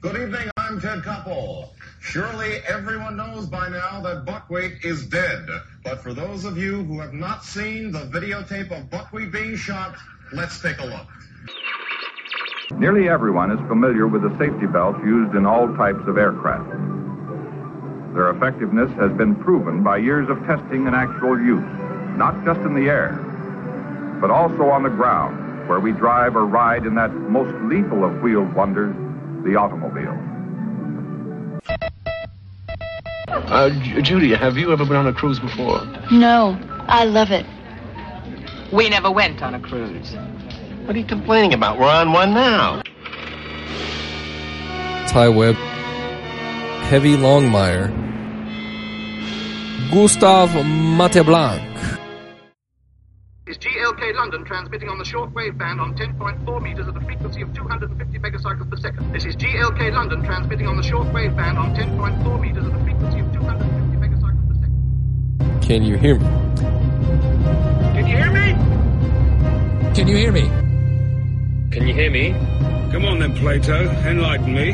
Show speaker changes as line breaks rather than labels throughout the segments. Good evening, I'm Ted Koppel. Surely everyone knows by now that buckwheat is dead. But for those of you who have not seen the videotape of buckwheat being shot, let's take a look.
Nearly everyone is familiar with the safety belts used in all types of aircraft. Their effectiveness has been proven by years of testing and actual use, not just in the air, but also on the ground, where we drive or ride in that most lethal of wheeled wonders, the automobile.
Uh, Ju- Judy, have you ever been on a cruise before?
No, I love it.
We never went on a cruise.
What are you complaining about? We're on one now.
Ty Webb, Heavy Longmire, Gustav Mateblanc,
is GLK London transmitting on the shortwave band on 10.4 meters at a frequency of 250 megacycles per second. This is GLK London transmitting on the shortwave band on 10.4 meters at a frequency of 250 megacycles per second.
Can You Hear Me?
Can you hear me?
Can you hear me?
Can you hear me? Come on then, Plato. Enlighten me.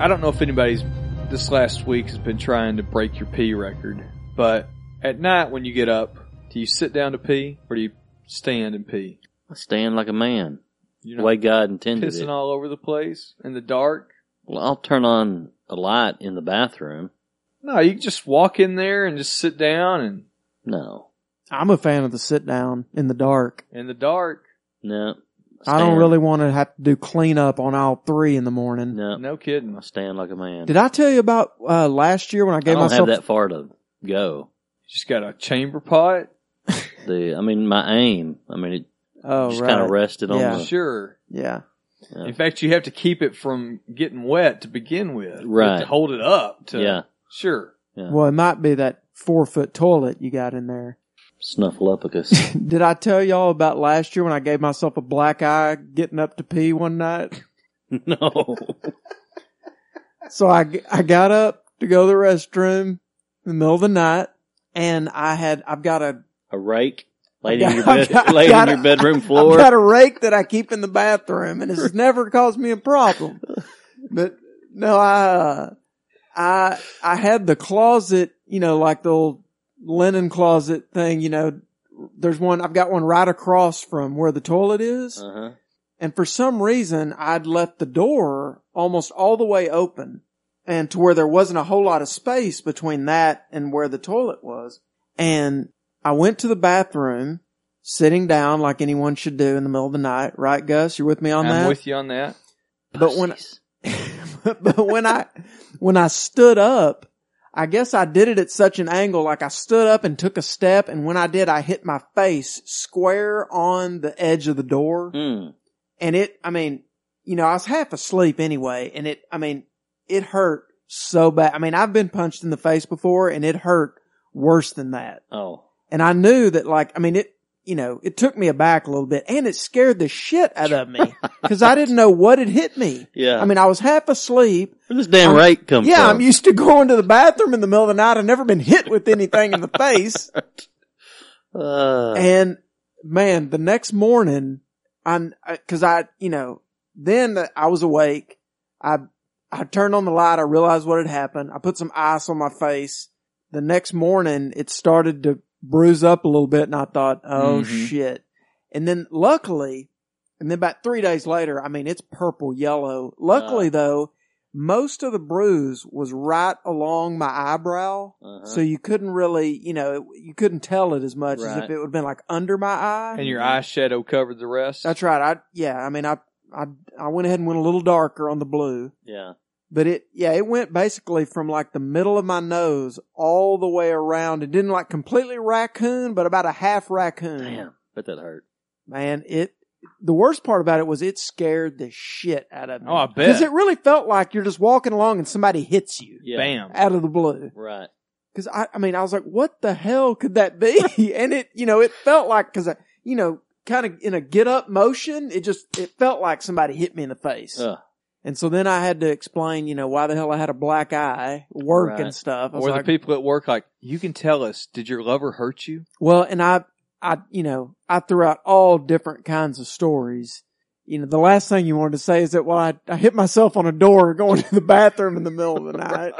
I don't know if anybody's this last week has been trying to break your pee record, but at night when you get up, do you sit down to pee or do you stand and pee?
I stand like a man,
You're
the
not
way God intended
pissing
it.
all over the place in the dark.
Well, I'll turn on a light in the bathroom.
No, you can just walk in there and just sit down and
No,
I'm a fan of the sit down in the dark.
in the dark.
no.
I don't
Stand.
really want to have to do cleanup on aisle three in the morning.
No,
No
I
kidding.
stand like a man.
Did I tell you about uh, last year when I
I
gave
don't
myself?
have that far to go.
Just got a chamber pot.
The, I mean, my aim. I mean, it
Oh,
just
right.
kind of rested
Yeah.
on the.
Sure.
Yeah.
Yeah.
In fact, you have to keep it from getting wet to begin with. You have
Right.
to hold it up to.
Yeah,
Sure.
Yeah.
Well, it might be that four foot toilet you got in there.
snuffleupagus.
Did I tell y'all about last year when I gave myself a black eye getting up to pee one night?
no,
So I, g- I got up to go to the restroom in the middle of the night and I had, I've got a
a rake laid in
I've
your
got-
bed,
I've got-
laid in
I've
your
got-
bedroom
I've
floor.
got a rake that I keep in the bathroom, and it's never caused me a problem. But no, I, uh, I, I had the closet, you know, like the old linen closet thing. You know, there's one. I've got one right across from where the toilet is,
Uh-huh.
and for some reason, I'd left the door almost all the way open, and to where there wasn't a whole lot of space between that and where the toilet was. And I went to the bathroom sitting down like anyone should do in the middle of the night, right, Gus? You're with me on
I'm
that.
with you on that.
But when-
Pussies.
but when I when I stood up, I guess I did it at such an angle, like I stood up and took a step, and when I did, I hit my face square on the edge of the door,
Mm.
and it. I mean, you know, I was half asleep anyway, and it. I mean, it hurt so bad. I mean, I've been punched in the face before, and it hurt worse than that.
oh,
And I knew that like, I mean, it, you know, it took me aback a little bit and it scared the shit out of me because I didn't know what had hit me.
Yeah.
I mean, I was half asleep.
where this damn
I'm-
rake come
yeah.
from?
I'm used to going to the bathroom in the middle of the night. I've never been hit with anything in the face.
Uh,
And man, the next morning, I'm, I, cause I, you know, then the- I was awake. I, I turned on the light. I realized what had happened. I put some ice on my face. The next morning, it started to bruise up a little bit and I thought, oh
Mhm.
shit. And then luckily, and then about three days later, I mean, it's purple yellow. Luckily though, most of the bruise was right along my eyebrow.
uh-huh.
So you couldn't really, you know, it- you couldn't tell it as much as if
Right.
it would have been like under my eye.
And your eyeshadow covered the rest.
That's right. I yeah. I mean, I I I went ahead and went a little darker on the blue,
yeah,
but it yeah, it went basically from like the middle of my nose all the way around. It didn't like completely raccoon, but about a half raccoon.
damn, bet that hurt.
Man, it. The worst part about it was it scared the shit out of me.
Oh, I bet.
Because it really felt like you're just walking along and somebody hits you
Yeah,
Bam.
out of the blue.
right.
Cause I, I mean, I was like, what the hell could that be? and it, you know, it felt like, cause I, you know, kind of in a get up motion, it just, it felt like somebody hit me in the face.
Ugh.
And so then I had to explain, you know, why the hell I had a black eye, work
Right.
and stuff. I was
Or
like,
the people at work like, you can tell us, did your lover hurt you?
well, and I, I, you know, I threw out all different kinds of stories. you know, the last thing you wanted to say is that, well, I, I hit myself on a door going to the bathroom in the middle of the night.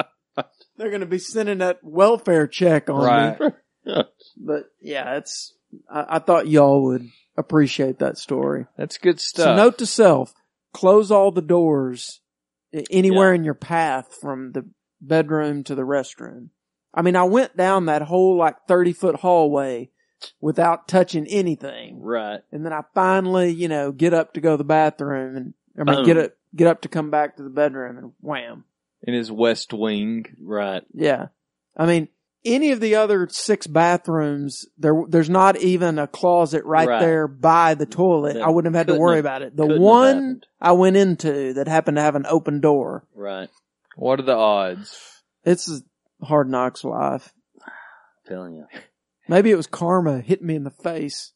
They're going to be sending that welfare check on me.
Right.
But yeah, it's, I, I thought y'all would appreciate that story.
That's good
So
stuff.
note to self, close all the doors i- anywhere in your path from the bedroom to the restroom. I mean, I went down that whole like 30 foot hallway without touching anything.
Right.
And then I finally, you know, get up to go to the bathroom and, I mean, get
Boom.
up, get up to come back to the bedroom and wham.
in his West Wing.
Right.
Yeah. I mean, any of the other six bathrooms, there, there's not even a closet right,
Right.
there by the toilet.
That
I wouldn't have had to
couldn't
worry
have-
about it. The
couldn't have
one
happened.
I went into that happened to have an open door.
Right.
What are the odds?
It's a hard knocks life.
telling you.
Maybe it was karma hitting me in the face.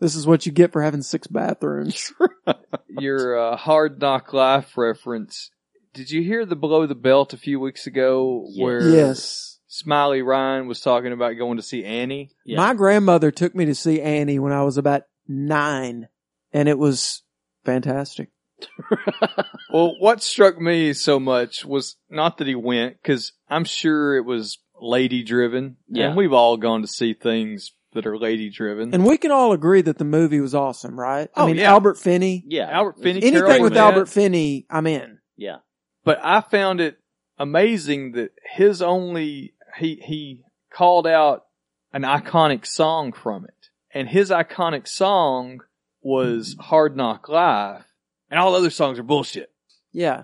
this is what you get for having six bathrooms.
Your uh, hard knock life reference. Did you hear the below the belt a few weeks ago
Yes.
where
yes.
Smiley Ryan was talking about going to see Annie?
Yeah.
My grandmother took me to see Annie when I was about nine and it was fantastic.
Well, what struck me so much was not that he went, because I'm sure it was lady driven.
Yeah.
And we've all gone to see things that are lady driven.
And we can all agree that the movie was awesome, right? I
Oh,
mean,
yeah.
Albert Finney.
yeah.
Albert Finney-
Anything
Carol
with
Burnett.
Albert Finney, I'm in.
Yeah.
but I found it amazing that his only he he called out an iconic song from it, and his iconic song was "Hard Knock Live," and all other songs are bullshit.
Yeah.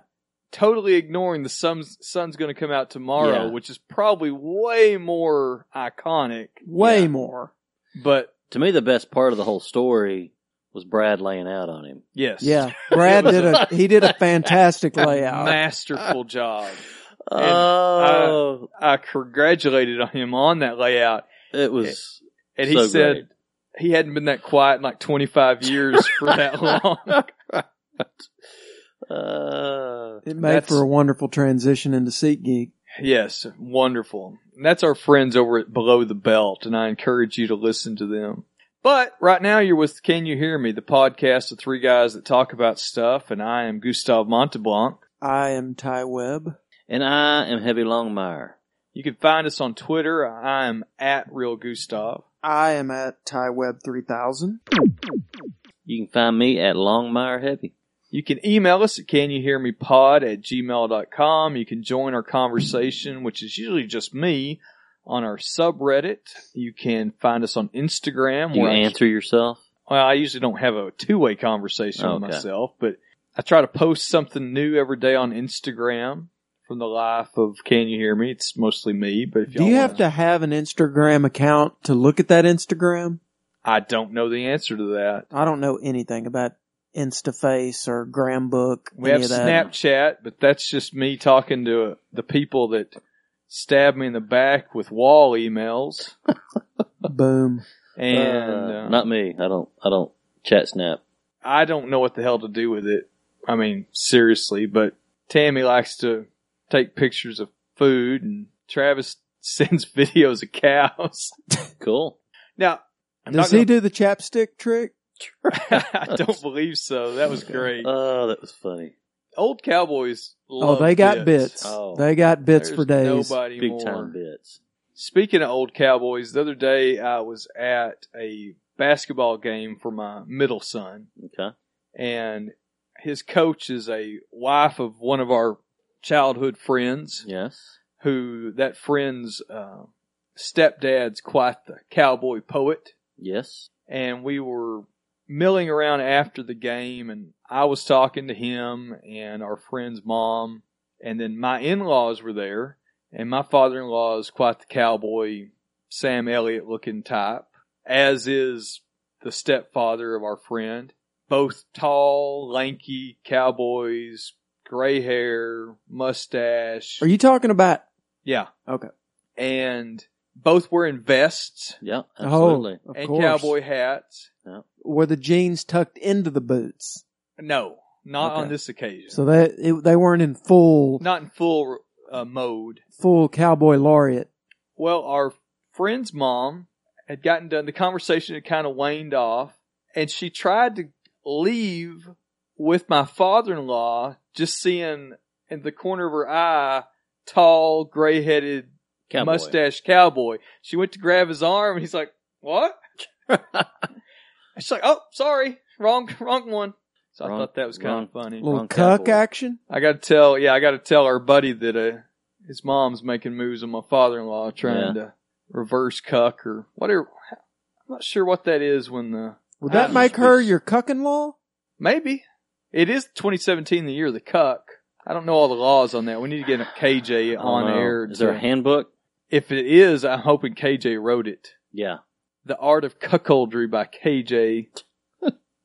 Totally ignoring the sun's, sun's going to come out tomorrow,
Yeah.
which is probably way more iconic.
Way
Yeah.
more.
But
To me, the best part of the whole story was Brad laying out on him.
yes,
Yeah. Brad did a, he did a fantastic layout.
masterful job.
Oh,
I congratulated him on that layout,
it was.
and he
so
said.
great.
he hadn't been that quiet in like 25 years for that long.
Uh,
It made
That's-
for a wonderful transition into SeatGeek.
yes, wonderful. And that's our friends over at Below the Belt, and I encourage you to listen to them. But right now you're with Can You Hear Me, the podcast of three guys that talk about stuff, and I am Gustav Monteblanc.
I am Ty Webb.
and I am Heavy Longmire.
You can find us on Twitter. I am at Real Gustav.
I am at Ty Webb 3000.
You can find me at Longmire Heavy.
You can email us at canyouhearmepod at gmail.com. You can join our conversation, which is usually just me, on our subreddit. You can find us on Instagram.
Do you
where I-
answer yourself?
well, I usually don't have a two way conversation with
Okay.
myself, but I try to post something new every day on Instagram from the life of Can You Hear Me? It's mostly me, but if
Do you have to have an Instagram account to look at that Instagram?
I don't know the answer to that.
I don't know anything about InstaFace or Grambook.
We
any
have
of that.
Snapchat, but that's just me talking to the people that stab me in the back with wall emails.
Boom.
And
Uh,
uh,
not me. I don't. I don't chat snap.
I don't know what the hell to do with it. I mean, seriously, but Tammy likes to take pictures of food and Travis sends videos of cows.
Cool.
Now, I'm
Does he
not
do the chapstick trick?
gonna, I don't believe so. That was great.
Oh, that was funny.
Old cowboys
Oh,
love
they got bits.
Oh.
They got bits for
There's
days.
Nobody
Big
more.
time bits.
Speaking of old cowboys, the other day I was at a basketball game for my middle son,
Okay.
and his coach is a wife of one of our childhood friends,
Yes.
who that friend's uh, stepdad's quite the cowboy poet.
Yes.
And we were milling around after the game, and I was talking to him and our friend's mom, and then my in laws were there, and my father in law is quite the cowboy, Sam Elliott looking type, as is the stepfather of our friend. Both tall, lanky cowboys, gray hair, mustache.
Are you talking about?
yeah.
Okay.
And both were in vests
Yeah.
Oh,
Absolutely.
of
and
course.
cowboy hats.
Were the jeans tucked into the boots?
No, not
Okay.
on this occasion.
So they it, they weren't in full
not in full uh, mode.
full cowboy laureate.
Well, our friend's mom had gotten done. The conversation had kind of waned off, and she tried to
leave with my father-in-law just seeing in the corner of her eye tall gray-headed
Cowboy.
mustache cowboy she went to grab his arm and he's like what she's like oh sorry wrong wrong one so i
Wrong-
thought that was kind
wrong-
of funny
Little
Wrong
cuck
cowboy.
action.
i gotta tell yeah i gotta tell our buddy that uh, his mom's making moves on my father-in-law trying to reverse cuck or whatever i'm not sure what that is when the
Would
I
that
don't
make
know.
her your cucking law?
Maybe. It is 2017, the year of the cuck. I don't know all the laws on that. We need to get
I
KJ
don't
on
know.
Oh,
air.
Is there
to-
a handbook?
if it is, I'm hoping KJ wrote it.
Yeah.
The Art of Cuckoldry by KJ.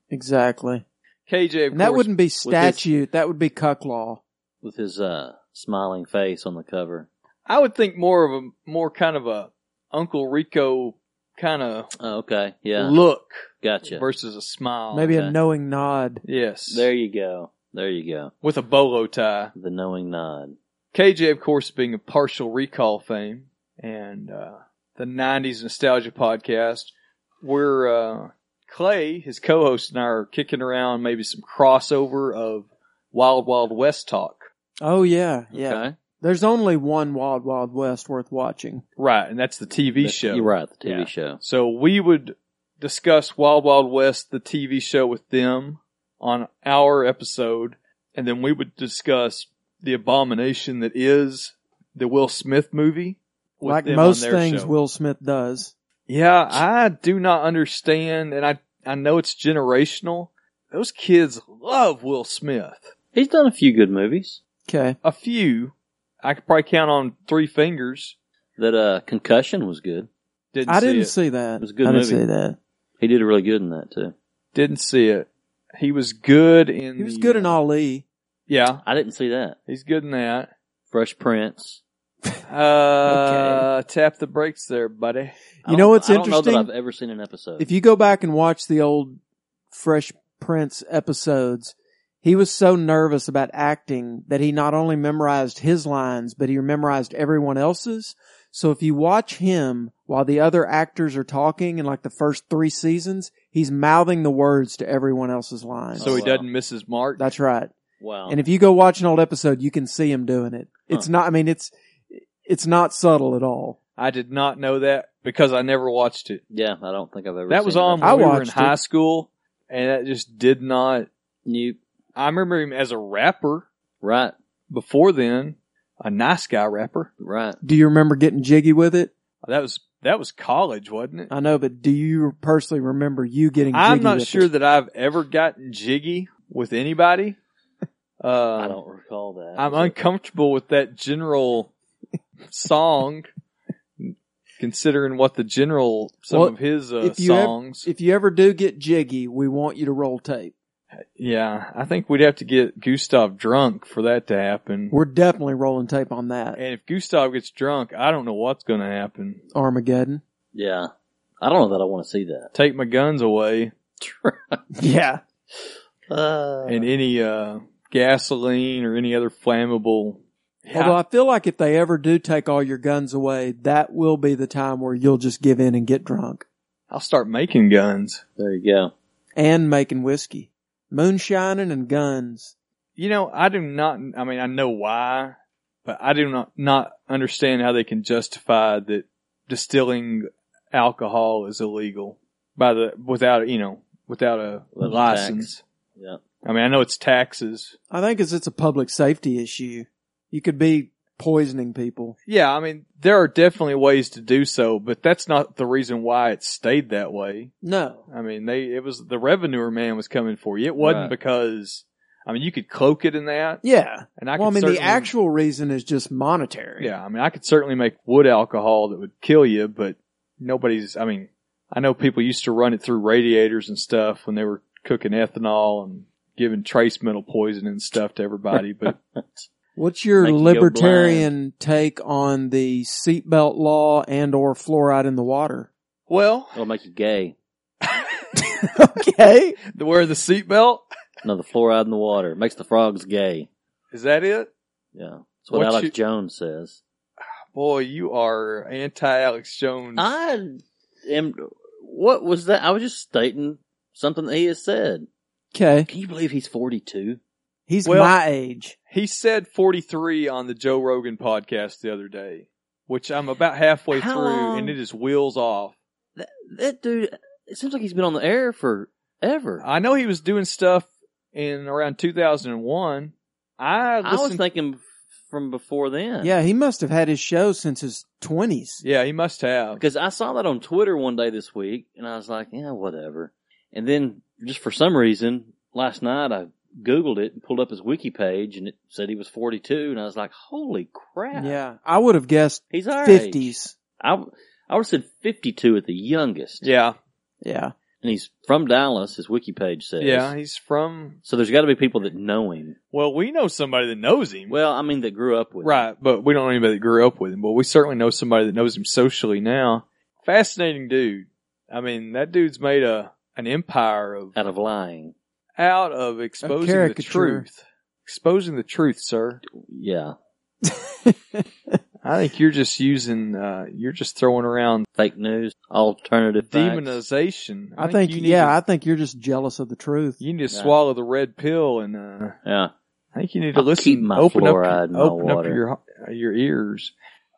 Exactly.
KJ, of
And that
course,
wouldn't be
with his-
statute. That would be cuck law.
With his uh, smiling face on the cover.
I would think more of a more kind of a Uncle Rico kind of
Oh, okay. Yeah.
look
Gotcha.
versus a smile.
Maybe
Oh, okay.
a knowing nod.
Yes.
There you go. There you go.
With a bolo tie.
The knowing nod.
KJ, of course, being a partial recall fame and uh, the 90s nostalgia podcast, where uh, Clay, his co host, and I are kicking around maybe some crossover of Wild Wild West talk.
Oh yeah, yeah.
Okay.
There's only one Wild Wild West worth watching.
Right, and that's the TV
That's-
show.
You're right. The TV
Yeah.
show.
So we would discuss Wild Wild West, the TV show, with them on our episode, and then we would discuss the abomination that is the Will Smith movie. with
Like
them on
most
their
things
show.
Will Smith does.
Yeah, I do not understand, and I I know it's generational. Those kids love Will Smith.
He's done a few good movies.
Okay.
A few, I could probably count on three fingers.
That uh, concussion was good.
Didn't
I
see
didn't
it.
see that.
It was a good
I
movie.
didn't see that.
He did really good in that too.
Didn't see it. He was good in.
He was
the,
Mm,
good in
uh,
Ali.
Yeah,
I didn't see that.
he's good in that.
Fresh Prince.
Uh, Tap the brakes there, buddy.
I
You
don't-
know what's
I don't
interesting?
know that I've ever seen an episode.
If you go back and watch the old Fresh Prince episodes, he was so nervous about acting that he not only memorized his lines, but he memorized everyone else's. So if you watch him while the other actors are talking in like the first three seasons, he's mouthing the words to everyone else's lines.
So he
wow.
doesn't miss his mark.
That's right.
wow.
And if you go watch an old episode, you can see him doing it. It's not, I mean, it's, it's not subtle at all.
I did not know that because I never watched it.
yeah, I don't think I've ever.
That
seen
was on when
That.
I
we were in
watched it.
high school, and that just did not.
You
I remember him as a rapper.
right,
before then, a nice guy rapper.
right.
Do you remember getting jiggy with it?
That was that was college, wasn't it?
I know, but do you personally remember you getting?
I'm
jiggy
not
with
sure
it?
that I've ever gotten jiggy with anybody. Uh,
I don't recall that.
I'm
Was it-
uncomfortable with that general song, considering what the general some
Well,
of his uh,
if you ev-
songs.
If you ever do get jiggy, we want you to roll tape.
yeah, I think we'd have to get Gustav drunk for that to happen.
We're definitely rolling tape on that
and if Gustav gets drunk, I don't know what's going to happen.
Armageddon.
Yeah, I don't know that I want to see that.
Take my guns away.
Yeah,
Uh,
and any uh, gasoline or any other flammable.
Although I feel like if they ever do take all your guns away, that will be the time where you'll just give in and get drunk
I'll start making guns.
there you go.
and making whiskey, moonshining and guns.
You know, I do not. I mean, I know why, but I do not not understand how they can justify that distilling alcohol is illegal by the without you know without a
Without a
license.
Yeah,
I mean, I know it's taxes.
I think it's it's a public safety issue. You could be poisoning people.
Yeah, I mean, there are definitely ways to do so, but that's not the reason why it stayed that way.
No,
I mean, they it was the revenue man was coming for you. It wasn't
Right.
because I mean you could cloak it in that,
yeah.
and I
well, I
could
mean, the
certainly-
actual reason is just monetary.
yeah. I mean, I could certainly make wood alcohol that would kill you, but nobody's. I mean, I know people used to run it through radiators and stuff when they were cooking ethanol and giving trace metal poison and stuff to everybody, but
What's your
Make you go
libertarian take on the seatbelt law and or fluoride in the water?
well,
it'll make you gay.
okay.
the wear the seatbelt
No, the fluoride in the water makes the frogs gay.
is that it?
Yeah, that's what,
What
Alex
you-
Jones says.
Boy, you are anti Alex Jones.
I am. What was that? I was just stating something that he has said.
Okay.
Can you believe he's 42?
He's
Well-
my age.
He said 43 on the Joe Rogan podcast the other day, which I'm about halfway
How
through
long-
and it just wheels off.
That, that dude, it seems like he's been on the air forever.
I know he was doing stuff in around 2001. I,
I was
listened-
thinking from before then.
Yeah, he must have had his show since his 20s.
Yeah, he must have.
Because I saw that on Twitter one day this week, and I was like, yeah, whatever. And then, just for some reason, last night I Googled it and pulled up his wiki page, and it said he was 42, and I was like, holy crap.
Yeah. I would have guessed
He's our
50s.
age. I, I would have said 52 at the youngest.
Yeah.
Yeah.
And he's from Dallas, his wiki page says.
Yeah, he's from.
So there's got to be people that know him.
Well, we know somebody that knows him.
Well, I mean, that grew up with him.
Right, but we don't know anybody that grew up with him, but we certainly know somebody that knows him socially now. Fascinating dude. I mean, that dude's made a an empire of
out of lying.
out of exposing the
caricature.
truth. Exposing the truth, sir.
Yeah.
I think you're just using uh you're just throwing around
Fake news, alternative facts.
demonization.
I, think,
you need
yeah,
to,
I think you're just jealous of the truth.
you need to
Yeah.
swallow the red pill and uh
Yeah.
I think you need to
I'll
listen.
keep my
open
fluoride
up,
in
your-
my
open
water.
up your your ears.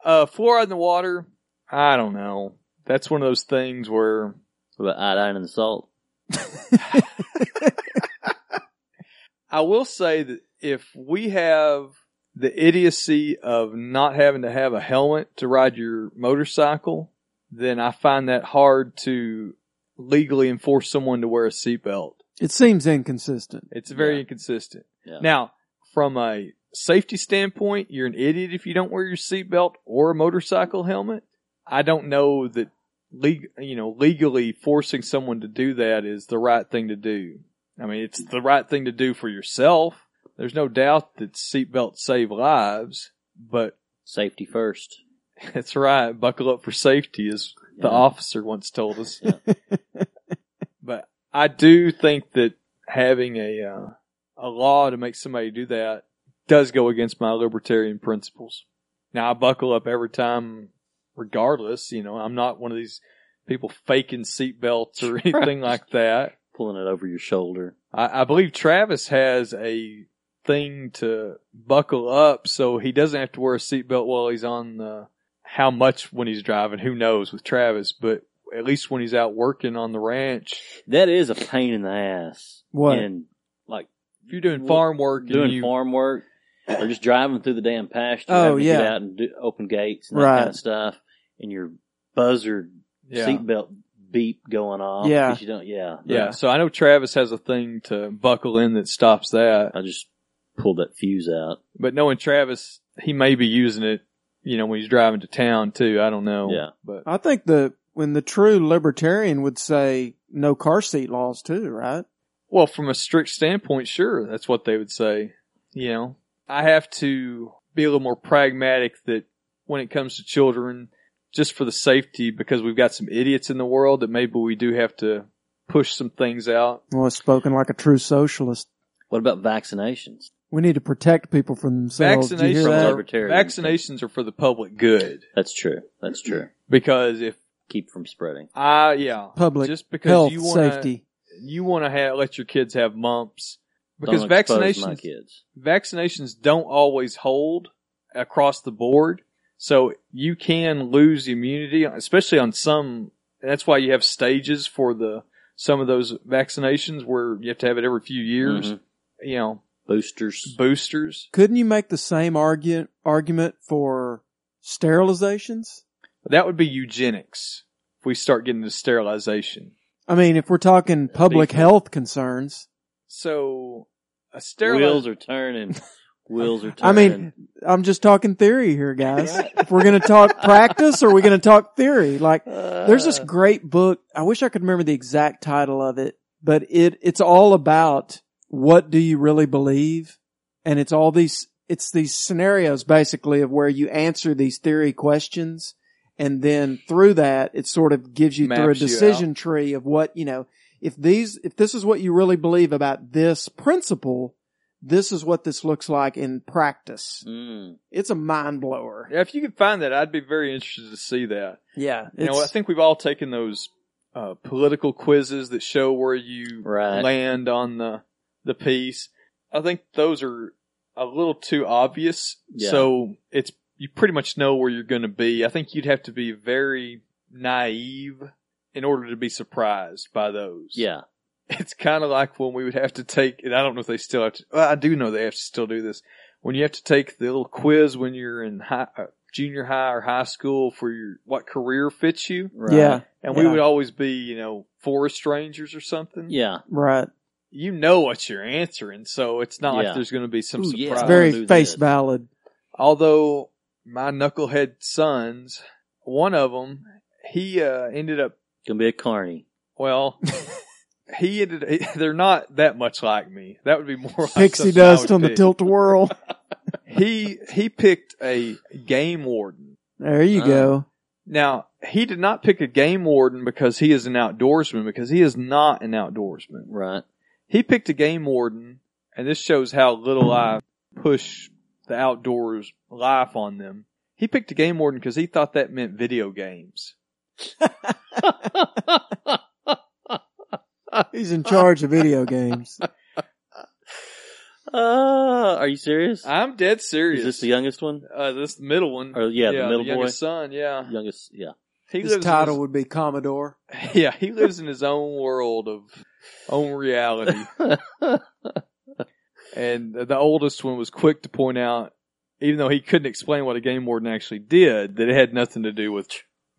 Uh, fluoride in the water. I don't know. That's one of those things where
What about iodine and salt?
I will say that if we have the idiocy of not having to have a helmet to ride your motorcycle, then I find that hard to legally enforce someone to wear a seatbelt.
It seems inconsistent.
It's very
Yeah.
inconsistent.
Yeah.
Now, from a safety standpoint, you're an idiot if you don't wear your seatbelt or a motorcycle helmet. I don't know that leg- you know legally forcing someone to do that is the right thing to do. I mean, it's the right thing to do for yourself. There's no doubt that seatbelts save lives, but
Safety first.
that's right. Buckle up for safety is the
Yeah.
officer once told us.
Yeah.
but I do think that having a uh, a law to make somebody do that does go against my libertarian principles. Now I buckle up every time, regardless. You know, I'm not one of these people faking seatbelts or anything like that.
Pulling it over your shoulder.
I, I believe Travis has a thing to buckle up so he doesn't have to wear a seatbelt while he's on the how much when he's driving, who knows with Travis, but at least when he's out working on the ranch,
That is a pain in the ass.
What?
And like
if you're doing
Well,
farm work
doing
and you,
farm work or just driving through the damn pasture,
Oh,
having to get
yeah.
out and do open gates and that
Right.
kind of stuff, and your buzzer
yeah,
seatbelt beep going off.
Yeah.
'cause You don't, yeah.
yeah. So I know Travis has a thing to buckle in that stops that,
I just pulled that fuse out.
but knowing Travis, he may be using it, you know, when he's driving to town too. I don't know.
Yeah.
But
I think the when the true libertarian would say no car seat laws too, right?
Well, from a strict standpoint, sure, that's what they would say. You know, I have to be a little more pragmatic that when it comes to children, just for the safety, because we've got some idiots in the world that maybe we do have to push some things out.
Well, it's spoken like a true socialist.
What about vaccinations?
We need to protect people from themselves. Did you hear
Vaccinations
that?
are,
Libertarian.
vaccinations are for the public good
That's true. That's true.
because if
Keep from spreading.
I, yeah,
Public
just because
health
you want
safety.
you want to have, let your kids have mumps because
Don't expose my
vaccinations
kids.
vaccinations don't always hold across the board. So you can lose immunity, especially on some. and That's why you have stages for the some of those vaccinations where you have to have it every few years.
Mhm.
You know,
Boosters.
boosters.
Couldn't you make the same argument argument for sterilizations?
That would be eugenics if we start getting to sterilization.
I mean, if we're talking public
fair.
health concerns,
So a
Wheels
sterilization.
are turning. Wheels are
I
turning.
mean, I'm just talking theory here, guys. if we're going to talk practice or we're going to talk theory, like there's this
Uh.
great book. I wish I could remember the exact title of it, but it, it's all about what do you really believe? And it's all these, it's these scenarios basically of where you answer these theory questions. And then through that, it sort of gives you through a
Maps you out.
decision tree of what, you know, if these, if this is what you really believe about this principle, this is what this looks like in practice.
Mm.
It's a mind blower.
Yeah, if you could find that, I'd be very interested to see that.
Yeah.
You know, I
it's-
think we've all taken those uh, political quizzes that show where you
Right.
land on the the piece. I think those are a little too obvious.
Yeah.
So it's you pretty much know where you're going to be. I think you'd have to be very naive in order to be surprised by those.
Yeah.
It's kind of like when we would have to take, and I don't know if they still have to, well, I do know they have to still do this. When you have to take the little quiz when you're in high, uh, junior high or high school for your, what career fits you.
Right.
Yeah.
And we
Yeah.
would always be, you know, forest strangers or something.
Yeah.
Right.
You know what you're answering, so it's not
Yeah.
like there's going to be some
Ooh, yeah.
surprise.
It's I wanna
Very
do
face
this.
valid.
Although my knucklehead sons, one of them, he uh, ended up
Gonna be a carny.
well. he ended. They're not that much like me. That would be more like
Pixie
something I
dust
would
on the
pick.
tilt whirl.
He he picked a game warden.
There you
Ah.
go.
Now he did not pick a game warden because he is an outdoorsman. Because he is not an outdoorsman.
Right.
He picked a game warden, and this shows how little I push the outdoors life on them. He picked a game warden because he thought that meant video games.
He's in charge of video games.
Uh, are you serious?
I'm dead serious.
Is this the youngest one?
uh, this is the middle one?
Or yeah, the middle boy.
youngest son. Yeah,
Youngest. Yeah.
he
His
in
title
his-
would be Commodore.
Yeah, he lives in his own world of own reality. and the oldest one was quick to point out, even though he couldn't explain what a game warden actually did, that it had nothing to do with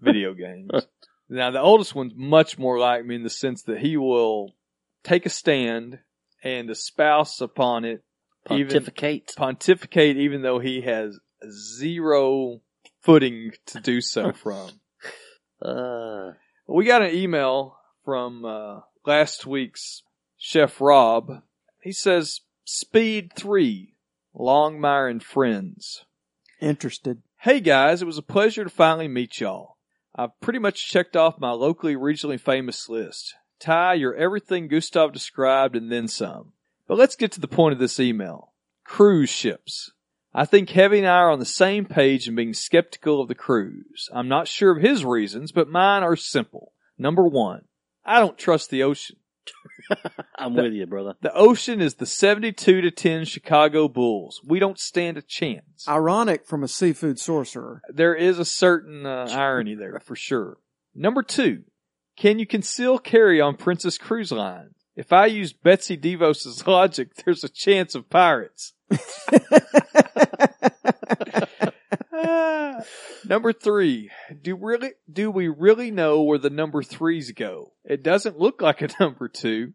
video games. now, the oldest one's much more like me in the sense that he will take a stand and espouse upon it, even
Pontificate.
pontificate, even though he has zero footing to do so from.
Uh,
We got an email from uh, last week's Chef Rob. He says, Speed 3, Longmire and Friends.
Interested.
Hey guys, it was a pleasure to finally meet y'all. I've pretty much checked off my locally regionally famous list. Ty, you're everything Gustav described and then some. But let's get to the point of this email. Cruise ships. I think Heavy and I are on the same page in being skeptical of the cruise. I'm not sure of his reasons, but mine are simple. Number one, I don't trust the ocean.
Uh, I'm with you, brother.
The ocean is the 72 to 10 Chicago Bulls. We don't stand a chance.
Ironic from a seafood sorcerer.
there is a certain uh, irony there for sure. Number two, can you conceal carry on Princess Cruise Line? If I use Betsy DeVos's logic, there's a chance of pirates. Ah. number three, do really do we really know where the number threes go? It doesn't look like a number two.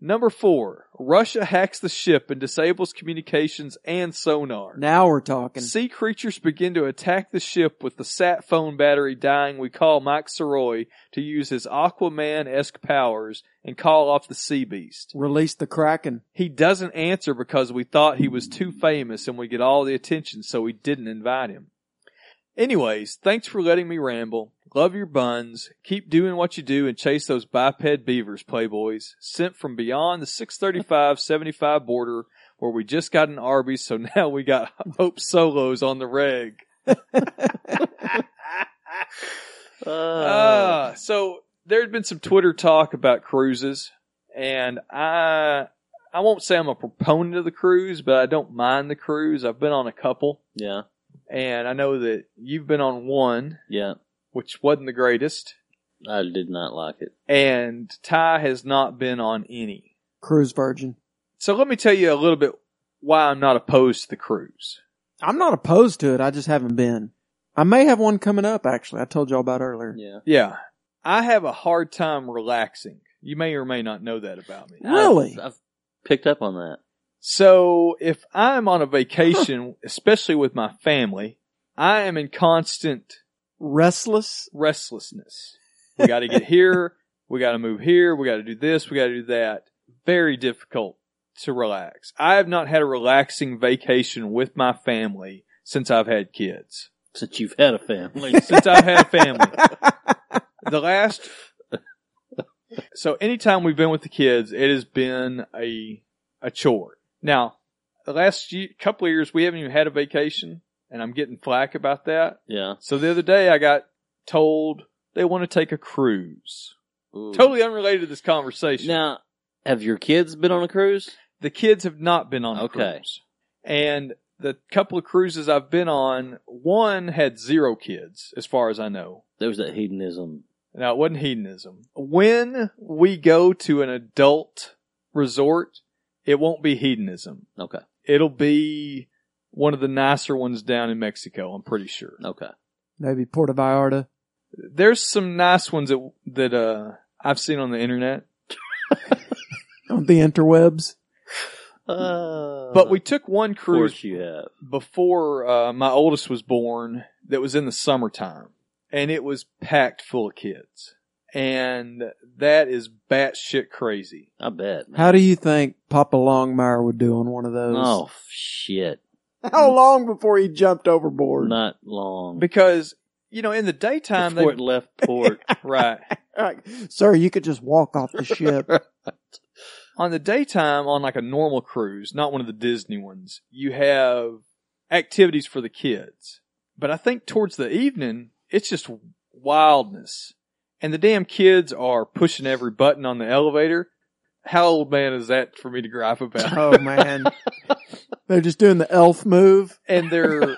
number four, Russia hacks the ship and disables communications and sonar.
now we're talking.
Sea creatures begin to attack the ship with the sat phone battery dying. We call Mike Soroy to use his Aquaman esque powers and call off the sea beast.
Release the Kraken.
He doesn't answer because we thought he was too famous and we get all the attention, so we didn't invite him. Anyways, thanks for letting me ramble. Love your buns. Keep doing what you do and chase those biped beavers, playboys. Sent from beyond the 635 75 border where we just got an Arby's, so now we got Hope Solos on the reg.
Uh,
Uh, so there had been some Twitter talk about cruises, and I I won't say I'm a proponent of the cruise, but I don't mind the cruise. I've been on a couple,
yeah.
and I know that you've been on one,
Yeah.
which wasn't the greatest,
I did not like it.
and Ty has not been on any.
Cruise Virgin.
So let me tell you a little bit why I'm not opposed to the cruise.
I'm not opposed to it. I just haven't been. I may have one coming up, actually. I told y'all about earlier.
Yeah.
Yeah, I have a hard time relaxing. You may or may not know that about me.
Really?
I've, I've picked up on that.
So if I'm on a vacation, especially with my family, I am in constant
Restless.
restlessness. We got to get here. We got to move here. We got to do this. We got to do that. Very difficult to relax. I have not had a relaxing vacation with my family since I've had kids.
Since you've had a family.
Since I've had a family. The last. So anytime we've been with the kids, it has been a a chore. Now, the last ye couple of years, we haven't even had a vacation, and I'm getting flack about that.
yeah.
So the other day, I got told They want to take a cruise. Totally unrelated to this conversation.
Now, have your kids been on a cruise?
The kids have not been on a
Okay.
cruise. And the couple of cruises I've been on, one had zero kids, as far as I know.
There was that hedonism.
Now, it wasn't hedonism. When we go to an adult resort, it won't be hedonism.
Okay.
It'll be one of the nicer ones down in Mexico, I'm pretty sure.
Okay.
Maybe Puerto Vallarta.
There's some nice ones that, that, uh, I've seen on the internet,
On the interwebs.
Uh,
but we took one
of course
cruise
you have.
before uh, my oldest was born that was in the summertime and it was packed full of kids and that is batshit crazy
I bet.
How do you think Papa Longmire would do on one of those?
Oh shit!
How long before he jumped overboard?
Not long.
because you know in the daytime
Before
they
it left port.
right
Like, Sir, you could just walk off the ship.
on the daytime on like a normal cruise not one of the disney ones you have activities for the kids but i think towards the evening it's just wildness and the damn kids are pushing every button on the elevator how old man is that for me to gripe about
oh man, they're just doing the elf move.
and they're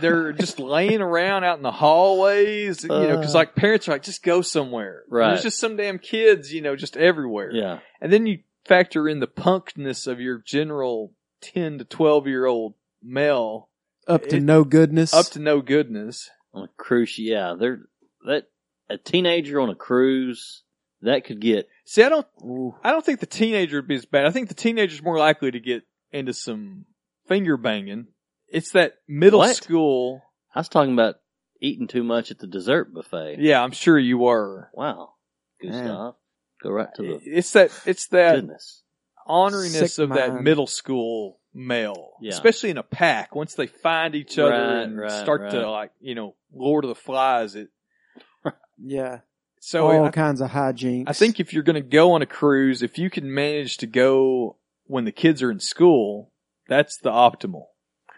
they're just laying around out in the hallways, you know, because like parents are like, just go somewhere. And
Right.
There's just some damn kids, you know, just everywhere.
yeah.
And then you factor in the punkness of your general ten to twelve year old male,
Up to
It-
no goodness.
up to no goodness.
On a cruise. Yeah. They're that a teenager on a cruise that could get.
See, I don't, I don't think the teenager would be as bad. I think the teenager's more likely to get into some finger banging. It's that middle
What?
school.
I was talking about eating too much at the dessert buffet.
Yeah, I'm sure you were.
Wow. Good
Man.
stuff. Go right to the
It's that. It's that.
goodness.
honoriness
Sick
of that
mind.
middle school male,
Yeah.
especially in a pack. Once they find each other
Right,
and
right,
start
right.
to like, you know, Lord of the Flies. It
yeah,
Oh,
so
all
I,
kinds of hijinks.
I think if you're going to go on a cruise, if you can manage to go when the kids are in school, that's the optimal.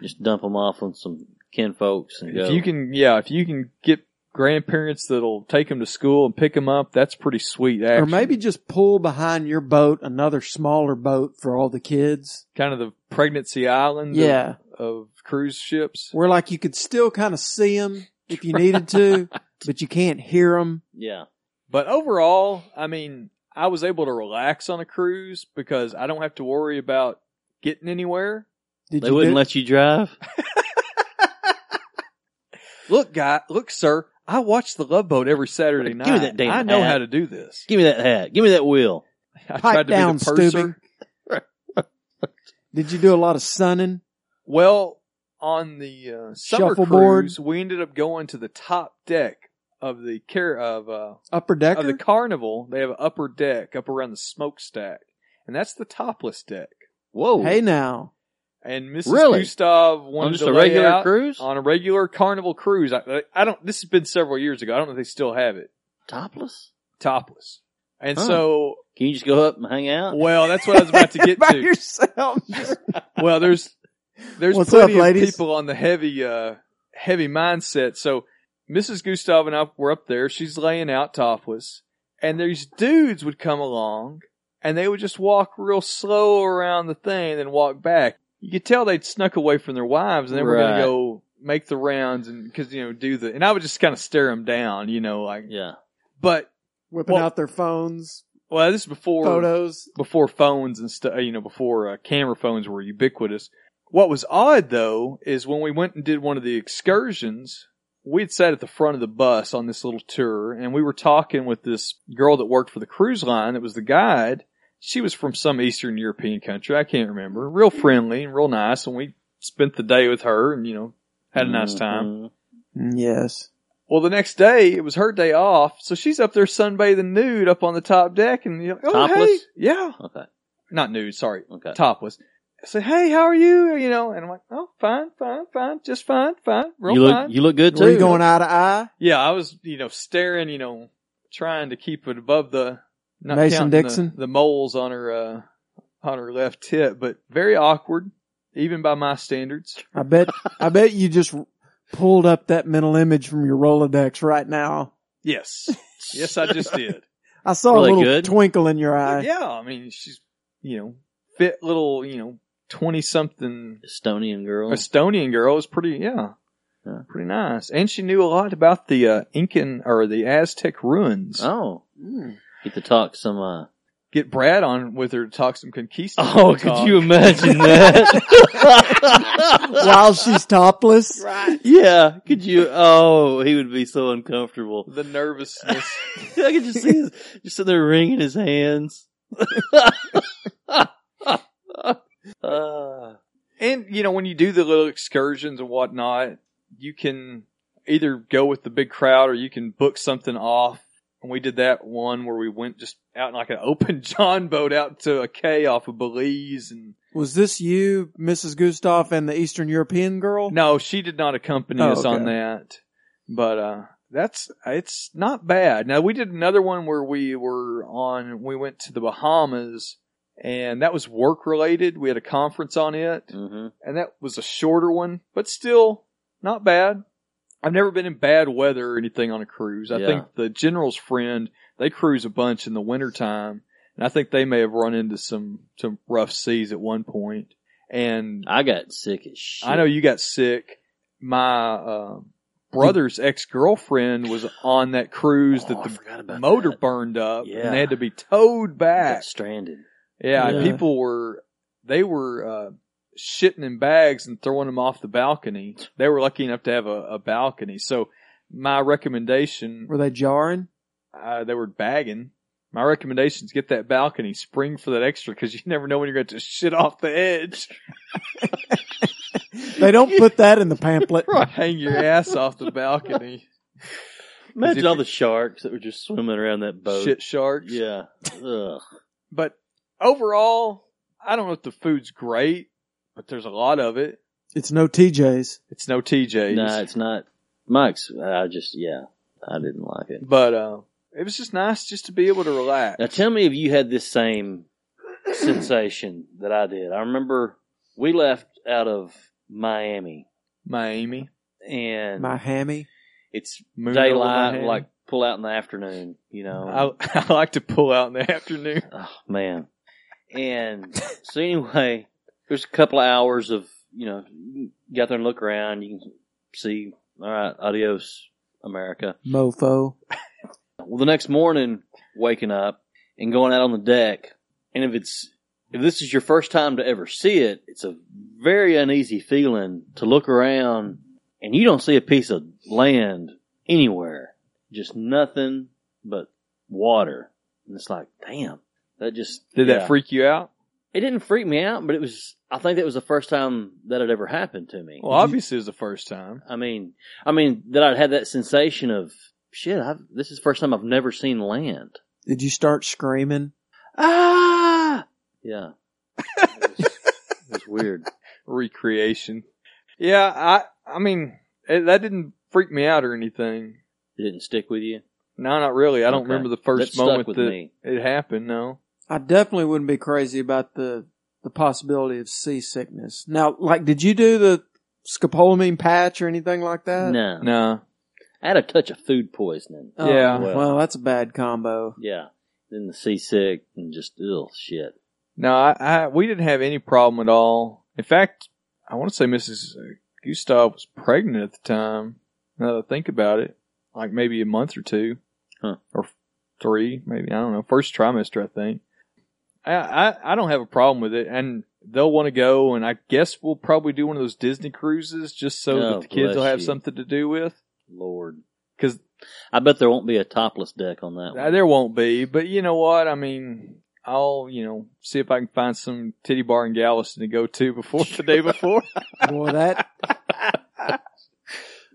Just dump them off on some kin folks and go.
If you can, yeah, if you can get grandparents that'll take them to school and pick them up, that's pretty sweet. Action.
or maybe just pull behind your boat another smaller boat for all the kids.
kind of the pregnancy island. of-
Yeah,
Of cruise ships,
where like you could still kind of see them if you needed to, but you can't hear them.
yeah.
But overall, I mean, I was able to relax on a cruise because I don't have to worry about getting anywhere.
Did
They
you
wouldn't
do-
let you drive.
Look, guy, look, sir, I watch The Love Boat every Saturday
Give
night.
me that damn
I know
hat.
how to do this.
Give me that hat. Give me that wheel.
I
Pipe
tried to
down,
be the purser.
Stubby. Did you do a lot of sunning?
Well, on the uh, summer
Shuffleboard.
cruise, we ended up going to the top deck of the care of uh,
Upper decker?
of the carnival. They have an upper deck up around the smokestack, and that's the topless deck.
Whoa.
hey now.
And Mrs.
Really?
Gustav wanted
on just
to
a
lay
regular
out-
cruise?
on a regular carnival cruise. I, I don't. This has been several years ago. I don't know if they still have it
Topless?
topless. And
Huh.
so,
Can you just go up and hang out?
well, that's what I was about to get
By
to.
yourself.
Well, there's there's
What's
plenty
up,
of
ladies?
people on the heavy uh heavy mindset. So Mrs. Gustav and I were up there. She's laying out topless, and these dudes would come along, and they would just walk real slow around the thing, and then walk back. You could tell they'd snuck away from their wives, and they were going
Right.
to go make the rounds, and because you know do the. And I would just kind of stare them down, you know, like.
Yeah.
But
Whipping
Well-
out their phones,
well, this is before
photos.
before phones and stuff, you know, before uh, camera phones were ubiquitous. What was odd though is when we went and did one of the excursions, we'd sat at the front of the bus on this little tour and we were talking with this girl that worked for the cruise line that was the guide. She was from some Eastern European country. I can't remember. Real friendly and real nice. And we spent the day with her and, you know, had a nice time.
Mhm.
Mm, Yes.
Well, the next day it was her day off. So she's up there sunbathing nude up on the top deck and you're like, Oh,
Topless?
hey, yeah,
Mm-hmm. Okay.
not nude. Sorry
Okay.
topless. I say, hey, how are you? You know, and I'm like, oh, fine, fine, fine, just fine, fine, real
you look
fine.
you look good too.
Were you going eye to eye?
yeah, I was, you know, staring, you know, trying to keep it above the not
Mason
counting the-
Dixon?
the, moles on her uh, on her left tip, but very awkward, even by my standards.
I bet, I bet you just pulled up that mental image from your Rolodex right now.
Yes. Yes, I just did.
I saw
Really
a little
good?
twinkle in your eye.
yeah, I mean, she's, you know, fit little, you know, 20 something
Estonian girl.
Estonian girl. It was pretty, yeah,
Yeah.
pretty nice. And she knew a lot about the uh, Incan or the Aztec ruins.
Oh,
Mm.
get to talk some. Uh...
Get Brad on with her to talk some conquistador.
Oh, could
talk.
you imagine that?
While she's topless.
Right.
Yeah, could you? Oh, he would be so uncomfortable.
The nervousness.
I could just see his just sitting there wringing his hands. Uh,
and, you know, when you do the little excursions and whatnot, you can either go with the big crowd or you can book something off. And we did that one where we went just out in like an open John boat out to a K off of Belize and
Was this you, Mrs. Gustav, and the Eastern European girl?
No, she did not accompany
Oh,
us on
okay.
that. But uh that's it's not bad. Now we did another one where we were on we went to the Bahamas and that was work related. We had a conference on it
mhm.
and that was a shorter one, but still not bad. I've never been in bad weather or anything on a cruise. I
Yeah.
think the general's friend, they cruise a bunch in the wintertime, and I think they may have run into some some rough seas at one point. And
I got sick as shit.
I know you got sick. My uh, brother's ex girlfriend was on that cruise
Oh, I
that
forgot
the
about
motor
that.
burned up,
Yeah.
and they had to be towed
I
back.
got stranded.
Yeah, and
Yeah.
people were they were uh, shitting in bags and throwing them off the balcony. They were lucky enough to have a, a balcony. So my recommendation,
Were they jarring?
uh, they were bagging. My recommendation is get that balcony, spring for that extra because you never know when you're going to shit off the edge.
They don't put that in the pamphlet.
Hang your ass off the balcony.
Imagine
if
all
you-
the sharks that were just swimming around that boat.
Shit sharks.
Yeah. Ugh.
But overall, I don't know if the food's great, but there's a lot of it.
It's no TJ's.
It's no TJ's.
No, it's not. Mike's. I just yeah, I didn't like it.
But uh, it was just nice just to be able to relax.
Now tell me if you had this same sensation that I did. I remember we left out of Miami
Miami.
and
My hammy.
it's
Moon over my
daylight,
hand.
like pull out in the afternoon, you know.
I, I like to pull out in the afternoon.
oh man. And so anyway, there's a couple of hours of you know, you get out there and look around, you can see, all right, adios, America.
Mofo.
Well, the next morning, waking up and going out on the deck, and if it's if this is your first time to ever see it, it's a very uneasy feeling to look around and you don't see a piece of land anywhere, just nothing but water, and it's like, damn, that just
Did
yeah.
that freak you out?
It didn't freak me out, but it was. I think that was the first time that had ever happened to me.
Well, obviously it was the first time.
I mean, I mean that I'd had that sensation of shit. I've, this is the first time I've never seen land.
Did you start screaming?
Ah! Yeah. It was, it was weird.
Recreation. Yeah, I I mean, it, that didn't freak me out or anything.
It didn't stick with you.
No, not really. I don't
Okay.
remember the first
That stuck
moment
with
that
me.
it happened, no.
I definitely wouldn't be crazy about the, the possibility of seasickness. Now, like, did you do the scopolamine patch or anything like that?
no.
No.
I had a touch of food poisoning.
Oh,
Yeah.
Well, that's a bad combo.
Yeah. Then the seasick and just, ill shit.
No, I, I we didn't have any problem at all. In fact, I want to say Mrs. Gustav was pregnant at the time. Now that I think about it, like maybe a month or two,
Huh.
or three, maybe I don't know. First trimester, I think. I, I I don't have a problem with it, and they'll want to go, and I guess we'll probably do one of those Disney cruises just so
Oh,
that the kids will
bless
have
you.
something to do with.
Lord.
'Cause-
I bet there won't be a topless deck on that
Uh,
one.
There won't be, but you know what? I mean, I'll you know see if I can find some titty bar in Galveston to go to before the day before.
Boy, that,